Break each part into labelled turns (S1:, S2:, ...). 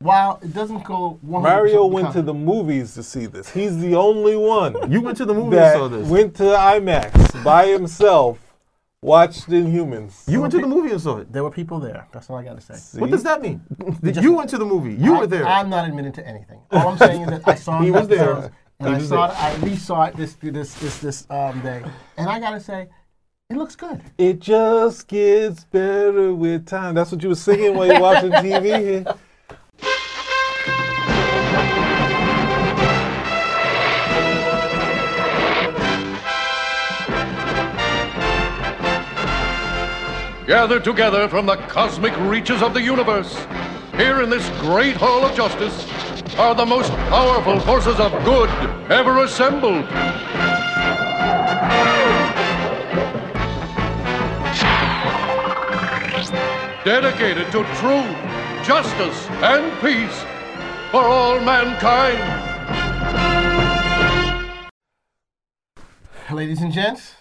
S1: while it doesn't go
S2: Oh,
S1: 100
S3: Mario went to the movies to see this. He's the only one
S2: You went to the movie and
S3: that
S2: saw this.
S3: went to IMAX by himself, watched Inhumans.
S2: you went to the movie and saw it.
S1: There were people there. That's all I got to say.
S2: What does that mean? you went to the movie. You were there.
S1: I, am not admitting to anything. All I'm saying is that I saw
S2: He
S1: it
S2: was there.
S1: episodes, and
S2: He
S1: I
S2: was
S1: saw
S2: there.
S1: it. I at least saw it this this this this um, day, and I gotta say, it looks good.
S3: It just gets better with time. That's what you were singing while you're watching TV.
S4: gathered together from the cosmic reaches of the universe. Here in this great hall of justice are the most powerful forces of good ever assembled. Dedicated to truth, justice, and peace for all mankind.
S1: Ladies and gents,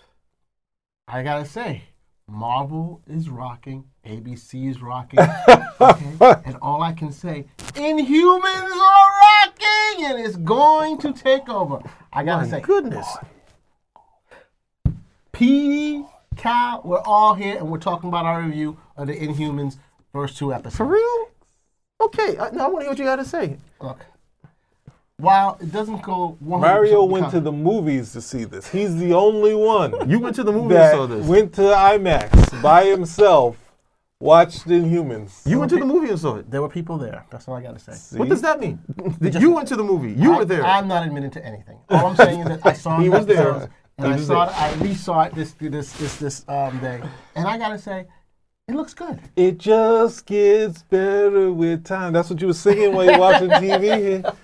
S1: I gotta say, Marvel is rocking, ABC is rocking, okay? and all I can say, Inhumans are rocking, and it's going to take over. I gotta say,
S2: Goodness.
S1: P. Cal, we're all here, and we're talking about our review of the Inhumans first two episodes.
S2: For real? Okay. I, now I want to hear what you got to say.
S1: Look, while it doesn't go one
S3: Mario went to the movies to see this. He's the only one
S2: You went to the movie and
S3: that
S2: saw this.
S3: went to IMAX by himself, watched Inhumans.
S2: you went to the movie and saw it.
S1: There were people there. That's all I gotta say.
S2: What does that mean? you went to the movie. You were there.
S1: I, am not admitting to anything. All I'm saying is that I saw it.
S2: He was there.
S1: episodes, And
S2: He
S1: I
S2: was
S1: saw
S2: there.
S1: it. I at least saw it this this this this um, day, and I gotta say, it looks good.
S3: It just gets better with time. That's what you were singing while you're watching TV.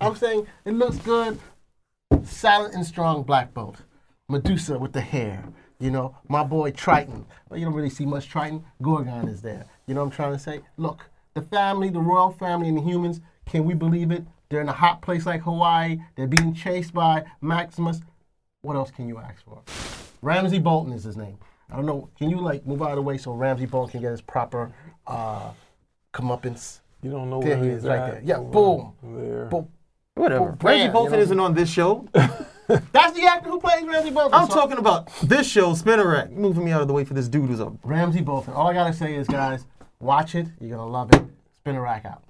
S1: I'm saying it looks good. Silent and strong Black Bolt. Medusa with the hair. You know, my boy Triton. But you don't really see much Triton. Gorgon is there. You know what I'm trying to say? Look, the family, the royal family, and the humans, can we believe it? They're in a hot place like Hawaii. They're being chased by Maximus. What else can you ask for? Ramsey Bolton is his name. I don't know. Can you, like, move out of the way so Ramsey Bolton can get his proper uh, comeuppance?
S3: You don't know
S1: There
S3: where
S1: he
S3: he's
S1: is, right
S3: at
S1: there. Yeah,
S3: or
S1: boom.
S3: There.
S1: Boom.
S2: Whatever.
S1: Bam,
S2: Reggie
S1: you
S2: Bolton
S1: know.
S2: isn't on this show.
S1: That's the actor who plays Ramsey Bolton.
S2: I'm
S1: so-
S2: talking about this show, Spinnerack. Moving me out of the way for this dude who's up.
S1: Ramsey Bolton. All I gotta say is, guys, watch it. You're gonna love it. Spin a rack out.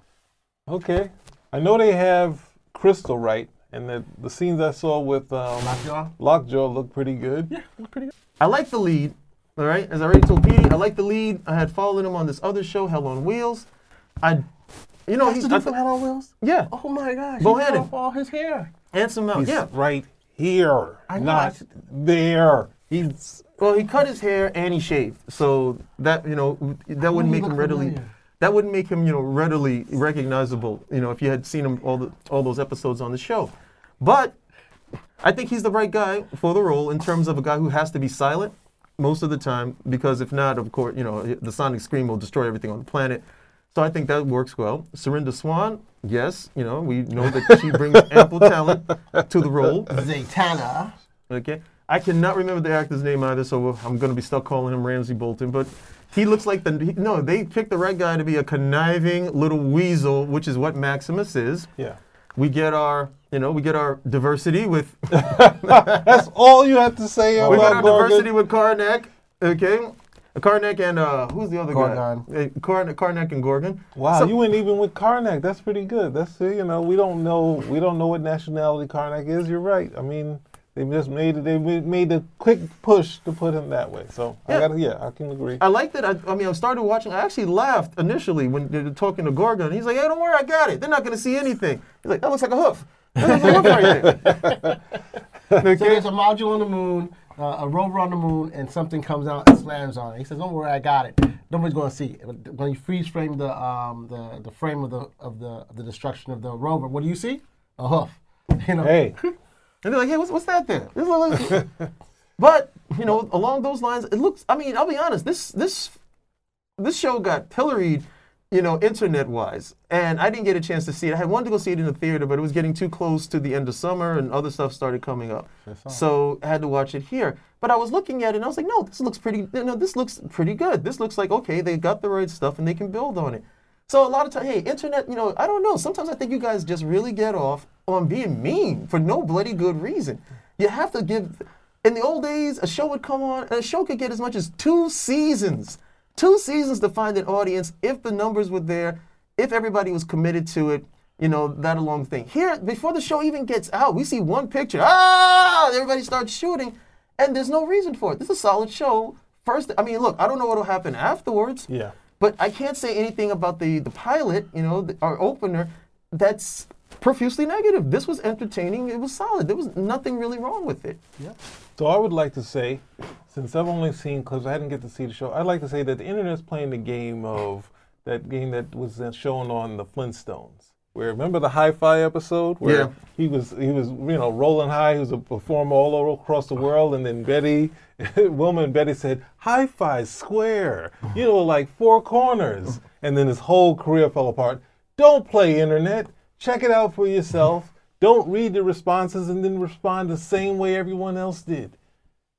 S3: Okay. I know they have Crystal right, and the, the scenes I saw with um,
S1: Lockjaw?
S3: Lockjaw look pretty good. Yeah.
S2: I like the lead. All right, as I already told Petey, I like the lead. I had followed him on this other show, Hell on Wheels. I, you know, he's I thought-
S1: Hello Wheels.
S2: yeah,
S1: Oh my gosh.
S2: Bohannon.
S1: he cut off all his hair.
S2: handsome out. Yeah,
S3: Right here.
S1: I know, I
S3: not
S1: should-
S3: there. He's
S2: well, he cut his hair and he shaved, so that you know that wouldn't
S1: he
S2: make him
S1: look
S2: readily.
S1: familiar.
S2: That wouldn't make him, you know, readily recognizable. You know, if you had seen him all the all those episodes on the show, but I think he's the right guy for the role in terms of a guy who has to be silent most of the time because if not, of course, you know, the sonic scream will destroy everything on the planet. So I think that works well. Serinda Swan, yes, you know, we know that she brings ample talent to the role.
S1: Zaytana.
S2: Okay. I cannot remember the actor's name either, so I'm going to be stuck calling him Ramsey Bolton. But he looks like the. he- no, they picked the right guy to be a conniving little weasel, which is what Maximus is.
S3: yeah.
S2: We get our, you know, we get our diversity with
S3: That's all you have to say
S2: we got
S3: about
S2: our
S3: Gorgon?
S2: diversity with Karnak. Okay. Karnak and uh, who's the other
S1: Gorgon.
S2: guy? Uh, Karn- Karnak and Gorgon.
S3: Wow,
S2: So-
S3: you went even with Karnak. That's pretty good. That's you know we don't know we don't know what nationality Karnak is. You're right. I mean they just made it. They ma- made a quick push to put him that way. So
S2: Yeah.
S3: I got to yeah I can agree.
S2: I like that. I, I mean, I started watching. I actually laughed initially when they were talking to Gorgon. He's like, "Hey, don't worry, I got it. They're not gonna see anything." He's like, "That looks like a hoof. That looks like a hoof right there."
S1: So there's a module on the moon, uh, a rover on the moon, and something comes out and slams on it. He says, "Don't worry, I got it. Nobody's going to see it." But When you freeze frame the um, the the frame of the of the of the destruction of the rover, what do you see? A hoof. You know.
S3: hey,
S2: And they're like, hey, what's, what's that there? This looks like-" but you know, along those lines, it looks. I mean, I'll be honest. This this this show got pilloried, you know, internet wise, and I didn't get a chance to see it. I had wanted to go see it in the theater, but it was getting too close to the end of summer, and other stuff started coming up. So I had to watch it here. But I was looking at it, and I was like, no, this looks pretty. You know, this looks pretty good. This looks like okay, they got the right stuff, and they can build on it. So a lot of times, hey, internet, you know, I don't know. Sometimes I think you guys just really get off on being mean for no bloody good reason. You have to give. In the old days, a show would come on, and a show could get as much as two seasons, two seasons to find an audience if the numbers were there, if everybody was committed to it. You know that along thing. Here, before the show even gets out, we see one picture. Ah! Everybody starts shooting, and there's no reason for it. This is a solid show. First, I mean, look, I don't know what'll happen afterwards.
S3: Yeah.
S2: But I can't say anything about the, the pilot, you know, the, our opener, that's profusely negative. This was entertaining. It was solid. There was nothing really wrong with it.
S3: So I would like to say, since I've only seen clips, I didn't get to see the show. I'd like to say that the internet's playing the game of that game that was uh, shown on the Flintstones. Where remember the hi-fi episode where
S2: Yeah.
S3: he was he was you know rolling high. He was a performer all over across the world, and then Betty, Wilma and Betty said hi-fi square. You know, like four corners, and then his whole career fell apart. Don't play internet. Check it out for yourself. Don't read the responses and then respond the same way everyone else did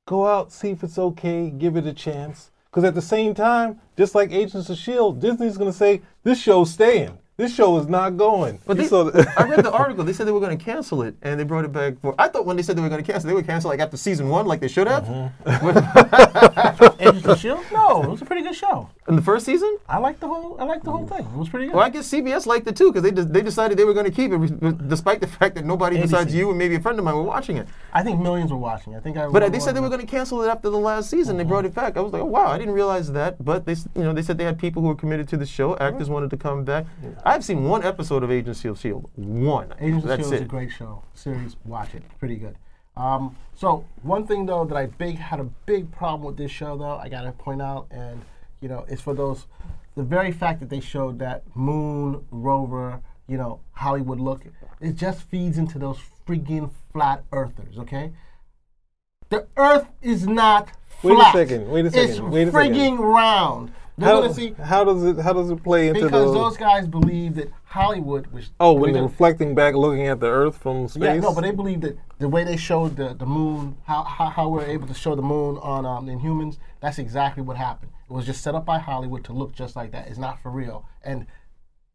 S3: go out, see if it's okay, give it a chance. Because at the same time, just like Agents of S.H.I.E.L.D., E Disney's going to say, this show's staying. This show is not going.
S2: But
S3: You
S2: they,
S3: saw the-
S2: I read the article. They said they were going to cancel it, and they brought it back for. I thought when they said they were going to cancel, they would cancel like after season one, like they should have.
S3: Mm-hmm.
S1: Agents of Shield? No, it was a pretty good show.
S2: In the first season,
S1: I liked the whole. I liked the whole thing. It was pretty good.
S2: well, I guess CBS liked it too because they de- they decided they were going to keep it, re- despite the fact that nobody besides
S1: ABC.
S2: you and maybe a friend of mine were watching it.
S1: I think millions were watching. I think I.
S2: But they said they were going to cancel it after the last season. They brought it back. I was like, oh, wow, I didn't realize that. But they, s- you know, they said they had people who were committed to the show. Actors wanted to come back. I've seen one episode of Agency of Shield. E One.
S1: Agents of
S2: That's
S1: Shield
S2: it.
S1: E is a great show. Series, watch it. Pretty good. Um, so one thing though that I big had a big problem with this show though I gotta point out, and you know, it's for those the very fact that they showed that Moon Rover, you know, Hollywood look, it just feeds into those freaking flat earthers. Okay, the Earth is not
S3: Wait a
S1: flat.
S3: second, wait a
S1: It's
S3: second, wait a second.
S1: frigging round. They're
S3: how,
S1: gonna see
S3: how does it how does it play into
S1: because
S3: the
S1: those guys believe that Hollywood, which
S3: oh when
S1: they
S3: they're reflecting back, looking at the Earth from space?
S1: yeah, no, but they believe that the way they showed the, the moon, how, how how we're able to show the moon on um, Inhumans, that's exactly what happened. It was just set up by Hollywood to look just like that. It's not for real. And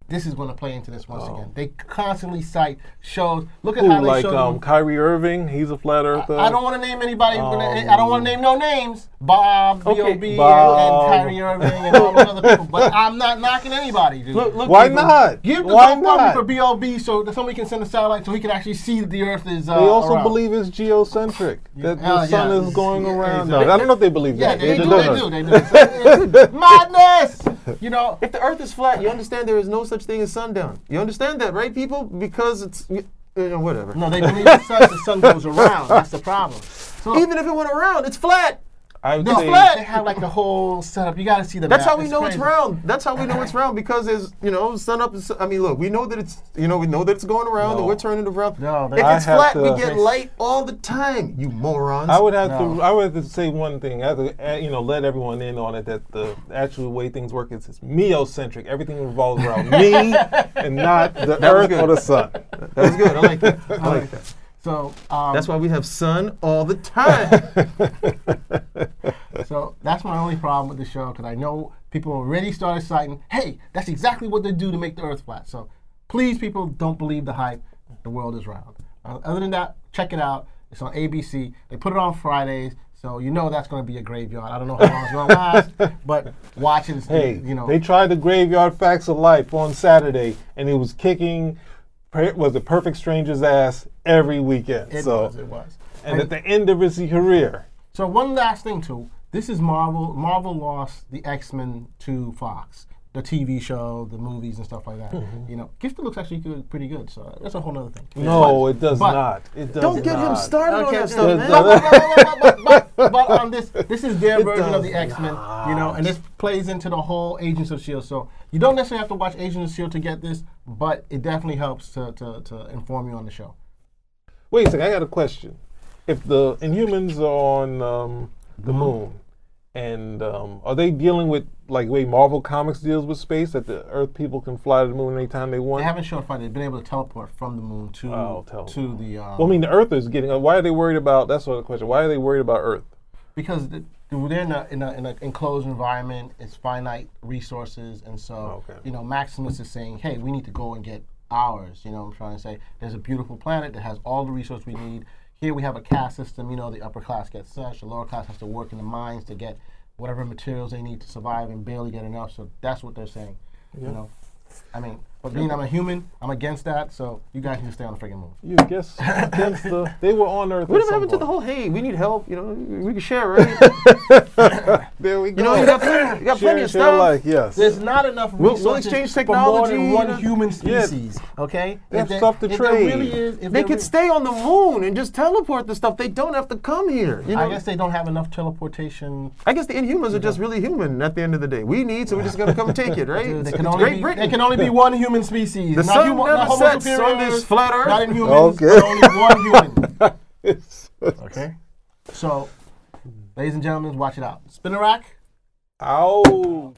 S1: this is going to play into this once again. They constantly cite shows. Look at
S3: Ooh,
S1: how they
S3: Oh. like
S1: show. the
S3: um,
S1: moon.
S3: Kyrie Irving, he's a flat Earther.
S1: I don't want to name anybody. I don't want to name no names. Bob, B.O.B., and-
S3: Um, Bob.
S1: and Kyrie Irving, and all those other people. But I'm not knocking anybody, dude.
S2: Look, look,
S3: Why
S2: people,
S3: not?
S1: Give the
S3: Why
S1: GoFundMe
S3: not?
S1: for B.O.B. so that somebody can send a satellite so he can actually see that the Earth is. Uh,
S3: They also
S1: around.
S3: believe it's geocentric. That
S1: Oh,
S3: the sun
S1: yeah.
S3: is going
S1: Yeah,
S3: around.
S1: exactly.
S3: No, I don't know if they believe
S1: Yeah,
S3: that.
S1: they, do,
S3: don't
S1: they do.
S3: know.
S1: They do. It's- it's Madness! You know,
S2: If the Earth is flat, you understand there is no such thing as sundown. You understand that, right, people? Because it's, you know, whatever.
S1: no, they believe the sun, the sun goes around. That's the problem. So
S2: Even if it went around, it's flat.
S3: I would
S1: no,
S3: say-
S1: they have like the whole setup. You got to see the.
S2: That's
S1: map.
S2: how we know it's
S1: crazy.
S2: round. That's how we know it's round because there's, you know, sun up. And sun, I mean, look, we know that it's, you know, we know that it's going around and
S3: No.
S2: we're turning it around.
S1: No, they-
S2: if
S1: I
S2: it's
S3: have
S2: flat,
S3: to-
S2: we get light all the time. You morons.
S3: I would have
S1: No.
S3: to. I would have to say one thing. I have to, uh, you know, let everyone in on it that the actual way things work is it's meocentric. Everything revolves around me and not the earth or the sun.
S2: that was good. I like that. I like that.
S1: So um,
S2: That's why we have sun all the time.
S1: So that's my only problem with the show because I know people already started citing, hey, that's exactly what they do to make the earth flat. So please, people, don't believe the hype. The world is round. Uh, other than that, check it out. It's on ABC. They put it on Fridays. So you know that's going to be a graveyard. I don't know how long it's going to last, but watch it.
S3: Hey,
S1: you know,
S3: they tried the graveyard facts of life on Saturday, and it was kicking. per- Was a perfect stranger's ass every weekend.
S1: it
S3: so,
S1: was. It was.
S3: and at the end of his career,
S1: So one last thing too. This is Marvel. Marvel lost the X Men to Fox, the TV show, the movies, and stuff like that.
S3: Mm-hmm.
S1: You know, Gifted looks actually good, pretty good. So that's a whole nother thing.
S3: no, it does
S1: But-
S3: not. It does
S2: Don't get him
S3: not.
S2: started on
S1: Okay,
S2: that stuff, man.
S1: but, but, but, but, but on this, this is their version of the X Men, you know, and this plays into the whole Agents of Shield. E So you don't necessarily have to watch Agents of Shield E to get this, but it definitely helps to, to, to inform you on the show.
S3: Wait a second, I got a question. If the Inhumans are on um, the
S2: Mm-hmm.
S3: moon, and um, are they dealing with like the way Marvel Comics deals with space that the Earth people can fly to the moon anytime they
S1: They
S3: want?
S1: haven't shown Friday. They've been able to teleport from the moon to
S3: Oh, teleport.
S1: to the. Um,
S3: Well, I mean, the Earth is getting. Uh, why are they worried about? That's what the question. Why are they worried about Earth?
S1: because th- they're in a, in a in an enclosed environment. It's finite resources, and so
S3: Okay.
S1: you know Maximus is saying, "Hey, we need to go and get ours." You know, what I'm trying to say there's a beautiful planet that has all the resources we need. Here we have a caste system. You know, the upper class gets such, the lower class has to work in the mines to get whatever materials they need to survive and barely get enough. So that's what they're saying. You know, I mean, but being I'm a human, I'm against that. So you guys can just stay on the freaking moon.
S3: You guess against the they were on Earth.
S2: What
S3: at some
S2: happened to the
S3: point.
S2: whole, hey, we need help, you know, we can share, right?
S3: There we go.
S2: You know, you got plenty, you got plenty of stuff.
S3: Like yes,
S1: There's not enough
S2: we'll
S1: resources
S2: exchange
S1: for
S2: technology,
S1: more than one
S2: you know?
S1: human
S3: Yeah.
S1: species. Okay, If
S3: have
S1: there-
S3: stuff to
S1: if
S3: trade.
S1: There really is, if
S2: They
S1: there
S2: could
S1: re-
S2: stay on the moon and just teleport the stuff. They don't have to come here. You know,
S1: I guess they don't have enough teleportation.
S2: I guess the Inhumans are just really human at the end of the day. We need, so we're just gonna come take it, right?
S1: They
S2: It's
S1: can, only
S2: Great
S1: be,
S2: Britain.
S1: they can only be one human species.
S2: The
S1: not
S2: sun
S1: humo-
S2: never
S1: not homo
S2: sets on
S1: superior,
S2: this flat earth.
S1: Not in humans,
S3: Okay.
S1: but only one human. Okay, so, ladies and gentlemen, watch it out. Spinnerack.
S3: Ow.